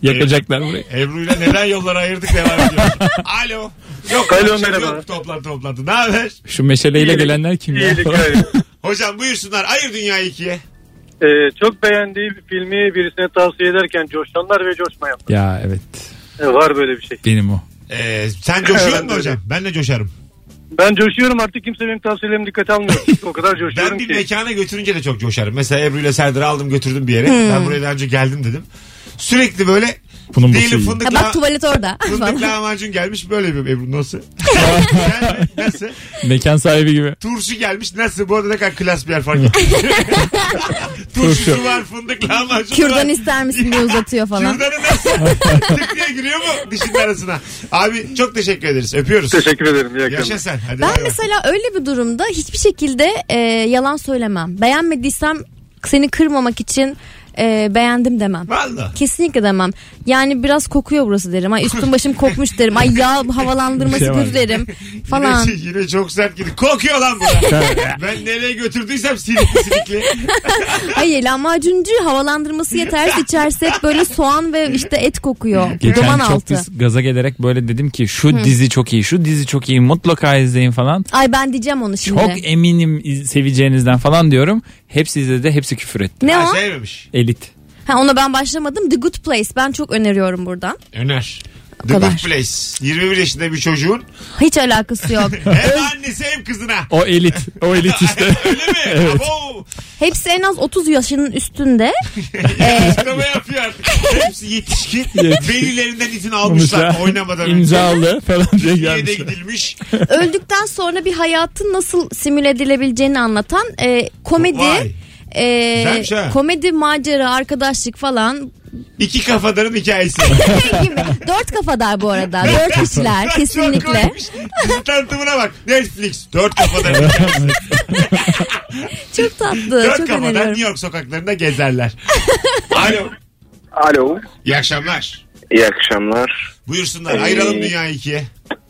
Yakacaklar burayı.
Ebru'yla neden yolları ayırdık devam ediyoruz. Alo. Yok,
Alo,
konuşalım,
merhaba.
Yok, toplantı toplantı. Ne haber?
Şu meşaleyle gelenler kim ya?
İyilik, hayır.
Hocam buyursunlar. Ayır dünyayı ikiye.
Ee, çok beğendiği bir filmi birisine tavsiye ederken coşanlar ve coşmayan.
ya evet.
Ee, var böyle bir şey.
Benim o.
Ee, sen coşuyor
Evet,
musun hocam? Ben de coşarım.
Ben coşuyorum artık kimse benim tavsiyelerimi dikkate almıyor. o kadar
Ben
coşuyorum
bir
ki.
mekana götürünce de çok coşarım. Mesela Ebru'yla Serdar'ı aldım götürdüm bir yere.
Hmm.
Ben buraya daha önce geldim dedim. Sürekli böyle
Bunun bu
diyelim
şeyi.
fındık,
Ya
la-
bak tuvalet orada.
fındık lahmacun gelmiş böyle bir Ebru nasıl? Yani nasıl?
Mekan sahibi gibi.
Turşu gelmiş nasıl? Bu arada ne kadar klas bir yer fark ettim. Turşusu var fındık lahmacun var.
Kürdan ister misin diye uzatıyor falan.
Şuradan nasıl? Tık diye giriyor mu dişin arasına? Abi çok teşekkür ederiz. Öpüyoruz.
Teşekkür ederim. İyi akşamlar.
Yaşa sen. Hadi bay
Ben
bay.
mesela öyle bir durumda hiçbir şekilde e, yalan söylemem. Beğenmediysem seni kırmamak için e, beğendim demem.
Valla.
Kesinlikle demem. Yani biraz kokuyor burası derim. Ay üstüm başım kokmuş derim. Ay yağ havalandırması
Bir şey var.
kötü derim. Falan.
Yine, şey, yine çok sert gidiyor. Kokuyor lan bu. ben nereye götürdüysem silikli silikli.
Hayır lahmacuncu havalandırması yetersiz içerse hep böyle soğan ve işte et kokuyor.
Geçen
Duman
çok
altı.
biz gaza gelerek böyle dedim ki şu dizi çok iyi, şu dizi çok iyi mutlaka izleyin falan.
Ay ben diyeceğim onu şimdi.
Çok eminim iz- seveceğinizden falan diyorum. Hepsi izledi, hepsi küfür etti.
ne
Ha,
o?
sevmemiş.
Elit.
Ha, ona ben başlamadım. The Good Place. Ben çok öneriyorum buradan.
Öner.
O
The Good
kadar.
Place. 21 yaşında bir çocuğun
Hiç alakası yok.
hem annesi hem kızına.
O elit. O elit işte.
Öyle mi? Evet. Abo,
Hepsi en az 30 yaşının üstünde. Ee,
açıklama yapıyor artık. Hepsi yetişkin. Velilerinden izin almışlar oynamadan önce.
İmzalı falan diye
Niye de
gelmişler.
gidilmiş?
öldükten sonra bir hayatın nasıl simüle edilebileceğini anlatan e,
Vay.
komedi, e,
Güzelmiş ha.
komedi, macera, arkadaşlık falan Şey
İki kafadarın hikayesi.
gibi. Dört kafadar bu arada. Dört kişiler
Çok
kesinlikle.
koymuş. Dizi tanıtımına bak. Netflix. Dört kafadarın
Çok tatlı.
Dört
çok
kafadan
öneriyorum.
New York sokaklarında gezerler. Alo.
Alo.
İyi akşamlar.
İyi akşamlar.
Buyursunlar.
Ee,
Ayıralım dünyayı ikiye.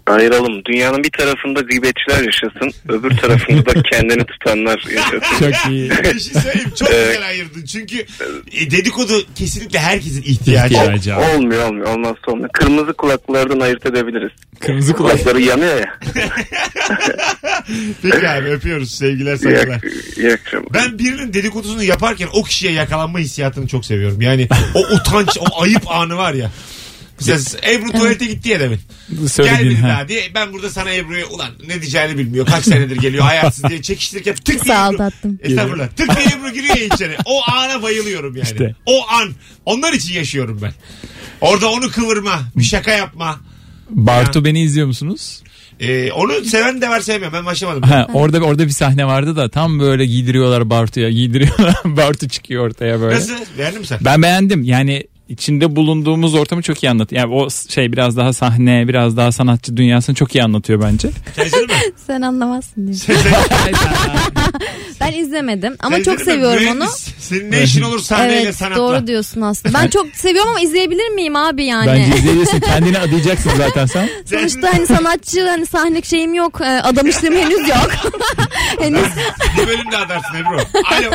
Ayıralım. Dünyanın bir tarafında gıybetçiler yaşasın. Öbür tarafında da kendini tutanlar yaşasın.
Çok iyi. Ee,
Bir şey söyleyeyim. Çok
Evet.
güzel ayırdın. Çünkü e, dedikodu kesinlikle herkesin ihtiyacı.
İhtiyacı. Acaba.
olmuyor olmuyor. Olmazsa olmuyor. Kırmızı kulaklardan ayırt edebiliriz.
Kırmızı kulak.
Kulakları yanıyor ya.
Peki abi öpüyoruz. Sevgiler
İyi,
saygılar.
ak- iyi akşamlar.
Ben birinin dedikodusunu yaparken o kişiye yakalanma hissiyatını çok seviyorum. Yani o utanç, o ayıp anı var ya. Mesela Ebru tuvalete gitti ya demin. Gel
Söylediğin.
bir
ha.
daha diye. Ben burada sana Ebru'ya ulan ne diyeceğini bilmiyor. Kaç senedir geliyor hayatsız diye çekiştirirken tık diye Ebru.
Sağ aldattım.
Estağfurullah. Tık diye Ebru giriyor ya içeri. O ana bayılıyorum yani.
İşte.
O an. Onlar için yaşıyorum ben. Orada onu kıvırma. Bir şaka yapma.
Bartu beni izliyor musunuz?
Ee, onu seven de var sevmiyor. Ben başlamadım.
Ha, orada orada bir sahne vardı da tam böyle giydiriyorlar Bartu'ya giydiriyorlar. Bartu çıkıyor ortaya böyle.
Nasıl? Beğendin mi sen?
Ben beğendim. Yani içinde bulunduğumuz ortamı çok iyi anlatıyor. Yani o şey biraz daha sahne, biraz daha sanatçı dünyasını çok iyi anlatıyor bence.
Sen izledin mi?
Sen anlamazsın diye.
Sen- sen-
Ben izlemedim ama
sen
çok
izledin mi?
seviyorum onu.
Mühendis. Senin ne işin olur sahneyle
Evet
sanatla?
doğru diyorsun aslında. Ben çok seviyorum ama izleyebilir miyim abi yani?
Bence izleyebilirsin. Kendini adayacaksın zaten sen.
Sen-
Sonuçta hani sanatçı hani sahne şeyim yok. e, Adamışlığım henüz yok. henüz
Bu bölümde adarsın Ebru. Alo.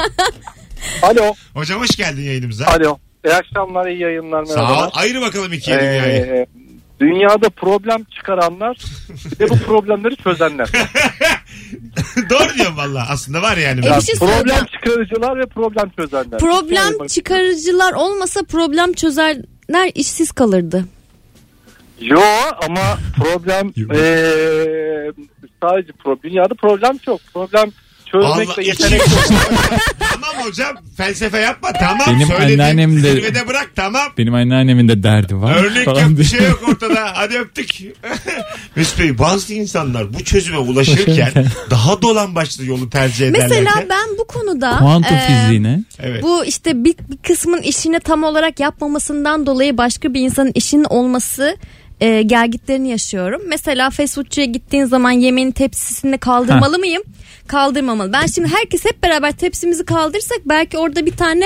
Alo.
Hocam hoş geldin yayınımıza.
Alo. İyi akşamlar, iyi yayınlar.
Sağ ol. Ayrı bakalım ikiye
Ee,
dünyayı.
dünyada problem çıkaranlar ve bu problemleri çözenler.
Doğru diyorsun valla. Aslında var yani.
E, bir şey
problem
soracağım.
çıkarıcılar ve problem çözenler.
Problem çıkarıcılar olmasa problem çözerler işsiz kalırdı.
Yo ama problem
Yo.
eee, sadece pro, dünyada problem çok. Problem
Allah-
çözmekle yetenek yok.
tamam hocam felsefe yapma tamam
Benim
söyledim.
anneannem de-
Zirvede bırak tamam.
Benim anneannemin de derdi var.
Örnek
falan
yok bir
diye.
şey yok ortada. Hadi öptük. Mesut Bey bazı insanlar bu çözüme ulaşırken daha dolan başlı yolu tercih ederler.
Mesela ben bu konuda
Kuantum
e,
fiziğine.
Evet.
Bu işte bir, bir kısmın işini tam olarak yapmamasından dolayı başka bir insanın işinin olması e, gergitlerini yaşıyorum. Mesela fast foodçuya gittiğin zaman yemeğin tepsisini kaldırmalı mıyım? Kaldırmamalı. Ben şimdi herkes hep beraber tepsimizi kaldırsak belki orada bir tane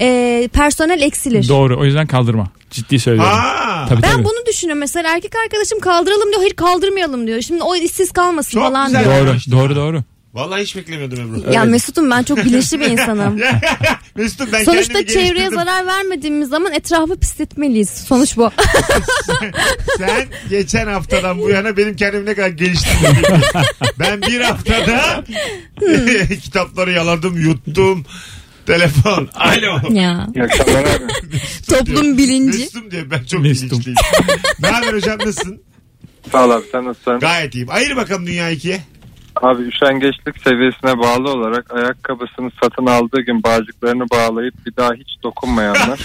e, personel eksilir.
Doğru. O yüzden kaldırma. Ciddi söylüyorum.
Aa,
Tabii,
ben
tabii.
bunu düşünüyorum. Mesela erkek arkadaşım kaldıralım diyor. Hayır kaldırmayalım diyor. Şimdi o işsiz kalmasın
Çok
falan
güzel.
diyor.
Doğru, doğru, doğru.
Vallahi hiç beklemiyordum Ebru.
Ya Mesut'um ben çok bilinçli bir insanım.
Mesut'um ben
Sonuçta
kendimi
çevreye
geliştirdim.
zarar vermediğimiz zaman etrafı pisletmeliyiz. Sonuç bu.
Sen geçen haftadan bu yana benim kendimi ne kadar geliştirdim. ben bir haftada kitapları yaladım, yuttum. Telefon. Alo.
ya.
İyi akşamlar abi.
Toplum bilinci.
Mesut'um diye ben çok
Mesut'um.
bilinçliyim. ne haber hocam nasılsın?
Sağ ol abi sen nasılsın?
Gayet iyiyim. Ayır bakalım dünya ikiye.
Abi üşengeçlik seviyesine bağlı olarak ayakkabısını satın aldığı gün bağcıklarını bağlayıp bir daha hiç dokunmayanlar.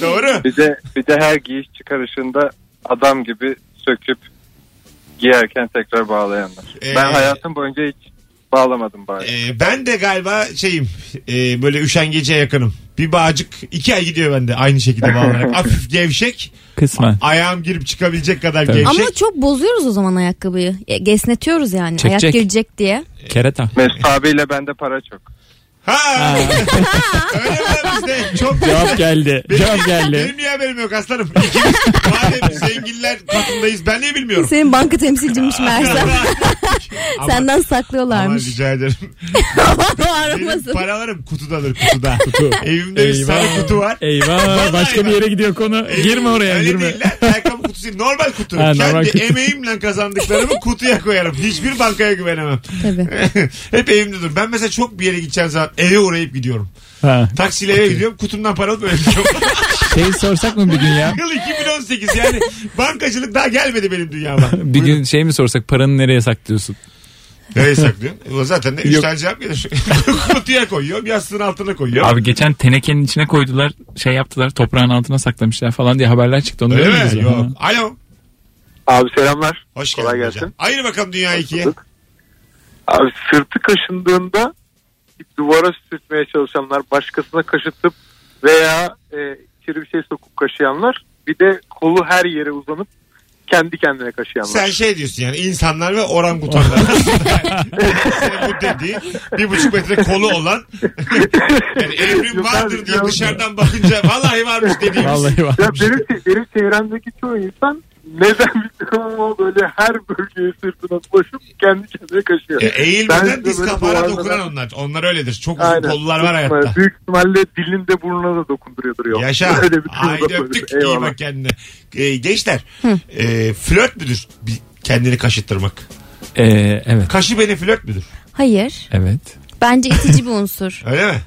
Doğru.
bir de bir de her giyiş çıkarışında adam gibi söküp giyerken tekrar bağlayanlar.
Ee,
ben hayatım boyunca hiç bağlamadım bari.
Ee, ben de galiba şeyim e, böyle üşengece yakınım. Bir bağcık iki ay gidiyor bende aynı şekilde bağlanarak. Hafif gevşek.
Kısmen.
Ayağım girip çıkabilecek kadar
Tabii.
gevşek.
Ama çok bozuyoruz o zaman ayakkabıyı. E, Esnetiyoruz yani.
Çekecek.
Ayak girecek diye.
Kerata.
Mesut abiyle bende para çok.
Ha. Öyle mi bizde? Çok
Cevap geldi. Cevap geldi.
Benim niye haberim yok aslanım? İkimiz madem zenginler katındayız ben niye bilmiyorum?
Senin banka temsilcinmiş Mersem.
Ama-
Senden
Aman
saklıyorlarmış.
rica ederim.
O
Benim
aramasın.
paralarım kutudadır kutuda. Evimde bir
Eyvah.
sarı kutu var. Vallahi
Eyvah başka bir
bak.
yere gidiyor konu. Girme oraya
Öyle
girme.
değil lan. Ayakkabı kutusu değil. Normal kutu.
Ha,
Kendi
normal kutu.
emeğimle kazandıklarımı kutuya koyarım. Hiçbir bankaya güvenemem.
Tabii.
Hep evimde dur. Ben mesela çok bir yere gideceğim zaman eve uğrayıp gidiyorum.
Ha.
Taksiyle eve gidiyorum. Kutumdan para alıp öyle gidiyorum.
Şey sorsak mı bir gün ya?
Yıl 2018 yani bankacılık daha gelmedi benim dünyama.
Bir gün şey mi sorsak paranı nereye saklıyorsun?
Nereye saklıyorsun? O zaten ne? Üç
Yok.
tane cevap gelir. Kutuya koyuyorum. Yastığın altına koyuyorum.
Abi geçen tenekenin içine koydular şey yaptılar toprağın altına saklamışlar falan diye haberler çıktı. Onu
Öyle
görmediniz
mi?
mi?
Yok.
Ha.
Alo.
Abi selamlar.
Hoş geldin
Kolay
hocam.
gelsin.
Ayır bakalım dünyayı ikiye.
Abi sırtı kaşındığında duvara sürtmeye çalışanlar, başkasına kaşıtıp veya e, içeri bir şey sokup kaşıyanlar. Bir de kolu her yere uzanıp kendi kendine kaşıyanlar.
Sen şey diyorsun yani insanlar ve orangutanlar. Senin bu dediği bir buçuk metre kolu olan yani evrim vardır diye dışarıdan bakınca vallahi varmış dediğimiz.
Vallahi
Ya
varmış.
benim, benim çevremdeki çoğu insan neden bilmiyorum ama böyle her bölgeye sırtına koşup kendi kendine kaşıyor.
E, eğilmeden
Ben de
diz
böyle
kafana
duvarlara-
dokunan onlar. Onlar öyledir. Çok uzun kollular var
Büyük
hayatta.
ihtimalle- Büyük ihtimalle dilinde burnuna da dokunduruyordur yok.
Yaşa.
Öyle bir durumda
Haydi
böyle.
öptük. İyi
Eyvallah.
bak kendine. E, gençler e, flört müdür bir- kendini kaşıttırmak?
Ee, evet.
Kaşı beni flört müdür?
Hayır.
Evet.
Bence itici bir unsur.
Öyle mi?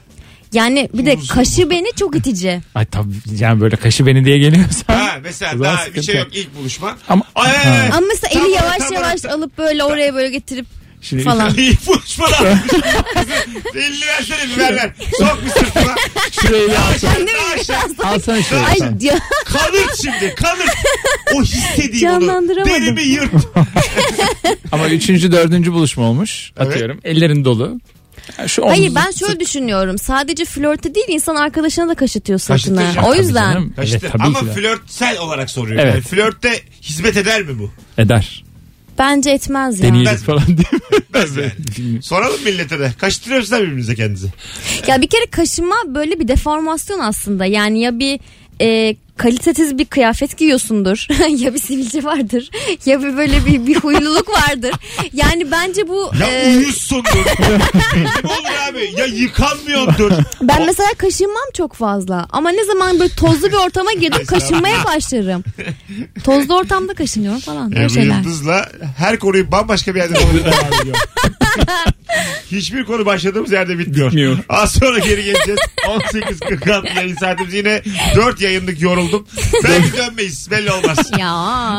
Yani bir de
Unsur.
kaşı beni çok itici.
Ay tabii yani böyle kaşı beni diye geliyorsa.
Ha mesela
O zaman
daha bir şey
sıkıntı
yok ilk buluşma.
Ama-
Ay, ay, ay.
Ama mesela
Tam
eli
olarak,
yavaş
tam olarak,
yavaş
tam-
alıp böyle oraya böyle getirip
Şimdi
falan.
İlk buluşma lan. Kızı, Elini versene bir ver ver. Sok bir sırtıma.
şurayı bir al.
Aşağı, daha aşağı.
Alsana şurayı.
Ay
sen.
ya,
Kanırt şimdi kanırt. O hissettiğim onu.
Canlandıramadım.
Derimi yırt.
Ama üçüncü dördüncü buluşma olmuş. Atıyorum. Ellerin dolu. Ya Şu
hayır
omzunuzu
ben şöyle düşünüyorum. Sadece flörte değil insan arkadaşına da kaşıtıyor
Kaşıtıyor
sırtına.
canım,
O
Tabii
yüzden.
canım.
Kaşıtı.
Evet, tabii
Ama
ki de.
flörtsel olarak soruyorum.
Evet.
Yani flörtte hizmet eder mi bu?
Eder.
Bence etmez ya.
Deneyelim falan diye.
Etmez yani. Soralım millete de. Kaşıtırıyor musunuz birbirinize kendinizi?
Ya bir kere kaşıma böyle bir deformasyon aslında. Yani ya bir e, kalitesiz bir kıyafet giyiyorsundur. ya bir sivilce vardır. Ya bir böyle bir, bir huyluluk vardır. Yani bence bu...
Ya
e,
uyuzsundur. Ee, ne olur abi? Ya yıkanmıyordur.
ben mesela kaşınmam çok fazla. Ama ne zaman böyle tozlu bir ortama girdim kaşınmaya başlarım. Tozlu ortamda kaşınıyorum falan.
E,
Böyle
Ebru
şeyler.
Yıldız'la her konuyu bambaşka bir yerden alıyor, devam ediyor. Hiçbir konu başladığımız yerde bitmiyor.
Bitmiyor.
Az sonra geri geleceğiz. 18.46 yayın saatimiz yine 4 yayınlık yoruldum. Belki dönmeyiz belli olmaz.
Ya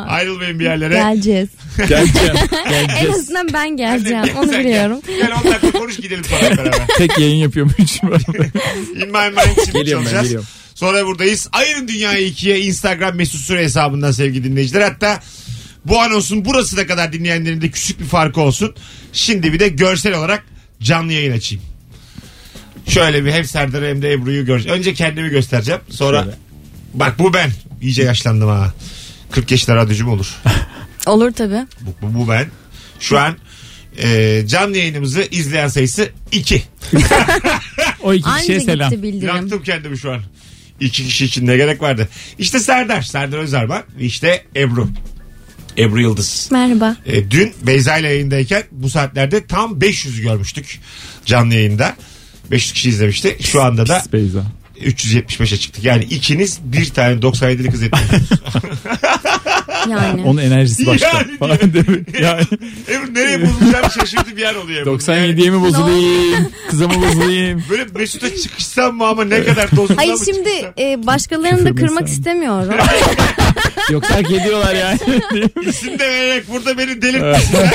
Ayrılmayın bir yerlere.
geleceğiz.
Geleceğim.
En
Geleceğiz.
azından ben geleceğim. Onu
Sen gel.
biliyorum.
Gel 10 dakika konuş gidelim sonra hep beraber.
Tek yayın yapıyormuş.
In my mind şimdi
Geliyorum ben,
çalacağız.
geliyorum.
Sonra buradayız. Ayırın Dünya'yı ikiye Instagram mesut süre hesabından sevgili dinleyiciler. Hatta bu anonsun burası da kadar dinleyenlerin de küçük bir farkı olsun. Şimdi bir de görsel olarak canlı yayın açayım. Şöyle bir hem Serdar'ı hem de Ebru'yu gör. Önce kendimi göstereceğim. Sonra bak bu ben. İyice yaşlandım ha. 40 yaşında radyocum olur.
Olur tabii.
Bu, bu, bu ben. Şu an e, canlı yayınımızı izleyen sayısı 2.
O iki
Anca
kişiye şey selam.
gitti bildirim.
Yaktım kendimi şu an. İki kişi için ne gerek vardı? İşte Serdar, Serdar Özerman. İşte Ebru. Ebru Yıldız.
Merhaba.
E, dün Beyza ile yayındayken bu saatlerde tam 500 görmüştük canlı yayında. 500 kişi izlemişti. Şu anda da
Pis Beyza.
375'e çıktık. Yani ikiniz bir tane 97'li kız ettiniz.
Yani.
Onun enerjisi başka.
Yani
falan değil mi? Yani
Ebru nereye bozulacağını şaşırdı bir yer oluyor. Ebru.
97'ye mi bozulayım? Kıza mı bozulayım?
Böyle Mesut'a çıkışsam mı ama ne kadar dozunda
Hayır
mı
şimdi
çıkışsam?
e, başkalarını da
Küfür
kırmak
mesela.
istemiyorum.
Yoksa hak ediyorlar yani.
İsim de vererek burada beni delirtmesinler.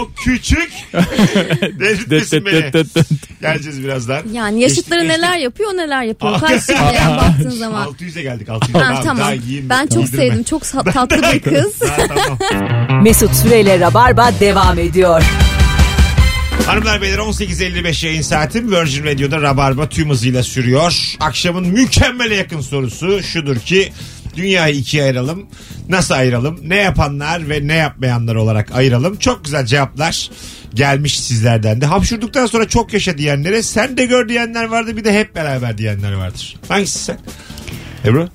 o küçük
Det,
delirtmesin
det,
beni.
det, det, det.
Geleceğiz birazdan.
Yani yaşıtları
Eşlik-
neler yapıyor o neler yapıyor. Kaç yaşında baktığın zaman.
600'e geldik 600.
Ha, tamam.
daha giyin-
Ben çok
giydirme.
sevdim. Çok sa- tatlı bir kız.
Daha tamam.
Mesut Süreyle Rabarba devam ediyor.
Hanımlar beyler 18.55 yayın saatim Virgin Radio'da Rabarba tüm hızıyla sürüyor. Akşamın mükemmele yakın sorusu şudur ki dünyayı ikiye ayıralım. Nasıl ayıralım? Ne yapanlar ve ne yapmayanlar olarak ayıralım. Çok güzel cevaplar gelmiş sizlerden de. Hapşurduktan sonra çok yaşa diyenlere sen de gör diyenler vardı bir de hep beraber diyenler vardır. Hangisi sen? Ebru?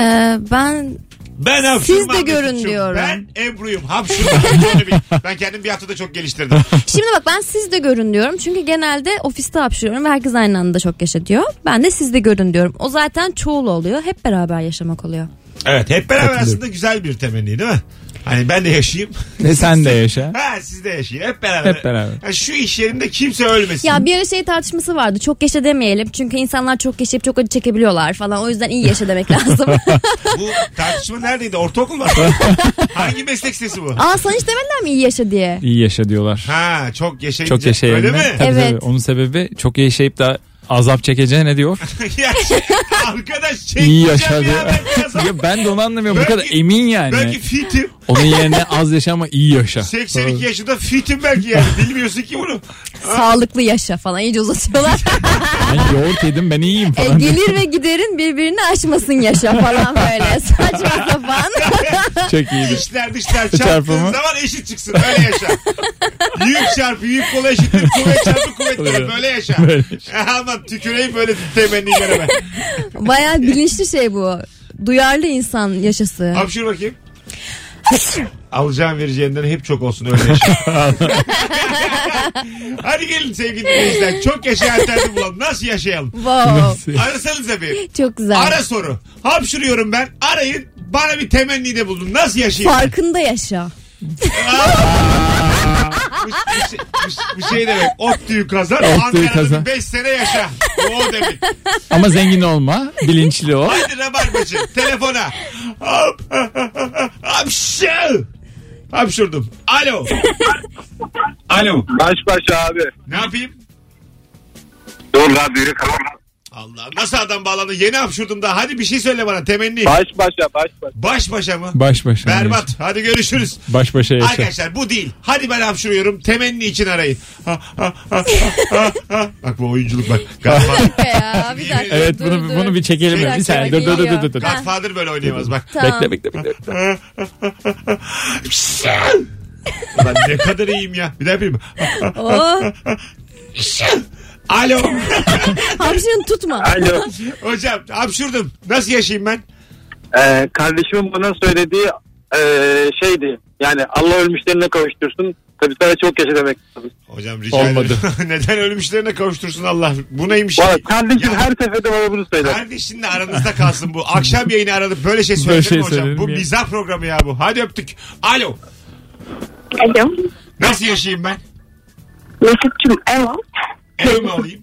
Ee, ben
Ben hapşurmam.
Siz de görün
Mesut'cum.
diyorum.
Ben Ebru'yum. Hapşurmam. Bunu bil. ben kendim bir haftada çok geliştirdim.
şimdi bak ben siz de görün diyorum. Çünkü genelde ofiste hapşırıyorum ve herkes aynı anda çok yaşa diyor. Ben de siz de görün diyorum. O zaten çoğul oluyor. Hep beraber yaşamak oluyor.
Evet hep beraber
Katılıyorum.
aslında güzel bir temenni değil mi? Hani ben de yaşayayım.
Ne sen de yaşa.
Ha siz de yaşayın. Hep beraber.
Hep beraber.
Ya şu iş yerinde kimse ölmesin.
Ya bir ara şey tartışması vardı. Çok yaşa demeyelim. Çünkü insanlar çok yaşayıp çok acı çekebiliyorlar falan. O yüzden iyi yaşa demek lazım.
Bu tartışma neredeydi? Ortaokul mu? Hangi meslek sitesi bu?
Aa sana hiç demediler mi iyi yaşa diye?
İyi yaşa diyorlar.
Ha çok yaşayınca.
Çok yaşayabilme.
Öyle mi?
Tabii
Evet.
tabii. Onun sebebi çok yaşayıp da azap çekeceğine diyor.
Ya, şey, Arkadaş
İyi
çekmeyeceğim
yaşa
ya
diyor.
ben biraz-
ya ben de onu anlamıyorum. Bu
Belki-
kadar emin yani.
Belki fitim.
Onun yerine az yaşa ama iyi yaşa.
82 yaşında fitim belki yani. Bilmiyorsun ki bunu.
Sağlıklı yaşa falan. İyice uzatıyorlar.
Ben yoğurt yedim ben iyiyim
E,
falan.
gelir ve giderin birbirini aşmasın yaşa falan böyle. Saçma sapan.
Çok iyiydi.
İçler dışlar çarptığın
Çarpımı.
zaman eşit çıksın. Öyle yaşa. yük çarpı yük kola eşittir. Kuvvet çarpı kuvvet kola. Böyle yaşa. Aman tüküreyim böyle temennilere ben.
Baya bilinçli şey bu. Duyarlı insan yaşası.
Hapşır bakayım. Alacağın vereceğinden hep çok olsun öyle yaşa. Hadi gelin sevgili dinleyiciler. Çok yaşa alternatif bulalım. Nasıl yaşayalım?
Wow.
Arasanıza bir.
Çok güzel.
Ara soru. Hapşırıyorum ben. Arayın. Bana bir temenni de bulun. Nasıl yaşayayım?
Farkında yaşa.
bu, bu, şey- bu- bu şey demek. Ot kazan.
Ot tüyü
Ankara'da
kazan.
5 sene yaşa. O demek.
Ama zengin olma. Bilinçli ol.
Haydi rabarbacı. Telefona. Hop. Hapşır. Hapşurdum. Alo. Alo.
Baş başa abi.
Ne yapayım?
Dur radyoyu kapat.
Allah nasıl adam bağlandı? Yeni hapşurdum daha. Hadi bir şey söyle bana temenni.
Baş başa baş başa.
Baş başa mı?
Baş başa.
Berbat. Hadi görüşürüz.
Baş başa yaşa.
Arkadaşlar bu değil. Hadi ben hapşuruyorum. Temenni için arayın. Ha, ha, ha, ha, ha. Bak bu oyunculuk bak. Godfather,
ya bir dakika.
Evet
dur,
bunu
dur.
bunu bir çekelim.
Bir
Bir saniye. Dur
dakika,
dur dur
geliyor.
dur dur.
Ha.
Godfather böyle oynayamaz bak.
Tamam.
Bekle bekle bekle.
Ulan ne kadar iyiyim ya. Bir daha yapayım.
Oo,
Alo.
hapşırın tutma.
Alo.
Hocam hapşurdum. Nasıl yaşayayım ben?
Ee, kardeşimin bana söylediği ee, şeydi. Yani Allah ölmüşlerine kavuştursun. Tabii sana çok yaşa demek lazım.
Hocam rica
Olmadı.
ederim. Neden ölmüşlerine kavuştursun Allah. Bu neymiş?
Valla kardeşim
şey, Ya-
her seferinde bana bunu söyler.
Kardeşinle aranızda kalsın bu. Akşam yayını aradık böyle şey söylenir
şey
mi hocam?
söylenir
Bu
mi ya?
mizah programı ya bu. Hadi öptük. Alo.
Alo.
Nasıl yaşayayım ben?
Mesut'cum Eva.
Ev mi alayım?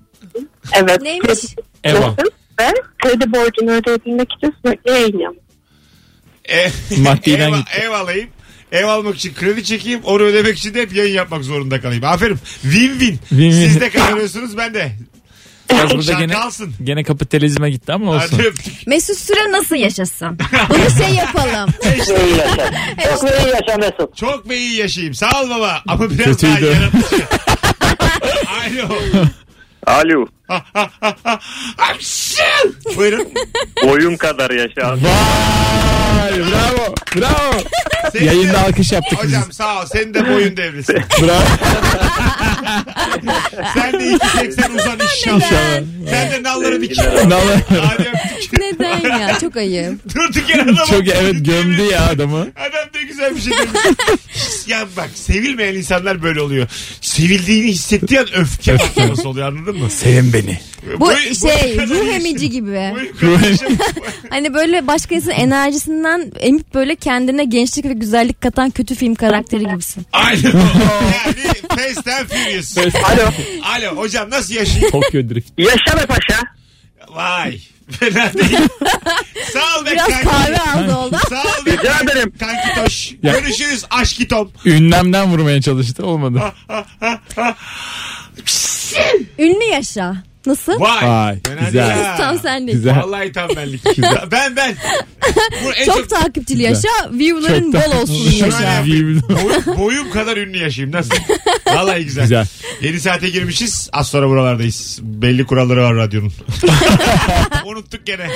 Evet.
Neymiş?
Eva.
Ve kredi borcunu ödeyebilmek için sürekli yayın yap.
E,
Maddiden
ev,
gitti.
ev alayım. Ev almak için kredi çekeyim. Onu ödemek için de hep yayın yapmak zorunda kalayım. Aferin. Win win.
Win-win.
Siz de kazanıyorsunuz ben de.
Biraz burada gene,
Şakalsın.
gene kapitalizme gitti ama olsun.
Hadi öptük.
Mesut Süre nasıl yaşasın? Bunu şey yapalım.
Çok iyi yaşa. Çok iyi yaşa Mesut.
Çok ve iyi yaşayayım. Sağ ol baba. Ama biraz daha
Kötüydü.
yaratıcı. Alo.
Alo.
Hapşır. Buyurun.
Boyun kadar yaşa.
Vay bravo bravo.
Sevgili-
Yayında alkış yaptık biz.
Hocam sağ ol. Senin de boyun devrisi.
Bravo.
Sen de 2.80 uzan inşallah.
Neden?
Sen de nalları dikin.
Vallahi
Hadi öptük.
Neden ya? Çok ayıp.
Durduk yere adama.
Çok evet gömdü ya adamı.
Adam da güzel bir şey demiş. ya bak sevilmeyen insanlar böyle oluyor. Sevildiğini hissettiği an öfke patlaması oluyor anladın mı?
Sevin beni.
Bu şey
kadar
ruh
yaşa-
emici gibi.
Bu kadar yaşa-
Hani böyle başka insanın enerjisinden emip böyle kendine gençlik ve güzellik katan kötü film karakteri gibisin.
Alo. Yani Fast and Furious.
Alo.
Alo hocam nasıl yaşayayım?
Tokyo Drift.
Yaşa be paşa.
Vay. Fena değil. Sağ ol be
Biraz
kanki.
kahve aldı oldu.
Sağ ol be
Rica ederim.
kanki toş.
Ya.
Görüşürüz aşkitom.
Ünlemden vurmaya çalıştı olmadı.
Ünlü yaşa. Nasıl?
Vay.
Vay,
Fena
güzel.
değil ha.
Tam senlik.
Güzel.
Vallahi tam benlik. ben ben. Bu en
Çok takipçili yaşa, view'ların bol olsun
Şuna
yaşa.
ne
Giyimli.
Boy- boyum kadar ünlü yaşayayım nasıl? Vallahi güzel.
Güzel.
Yeni saate girmişiz. Az sonra buralardayız. Belli kuralları var radyonun. Unuttuk gene.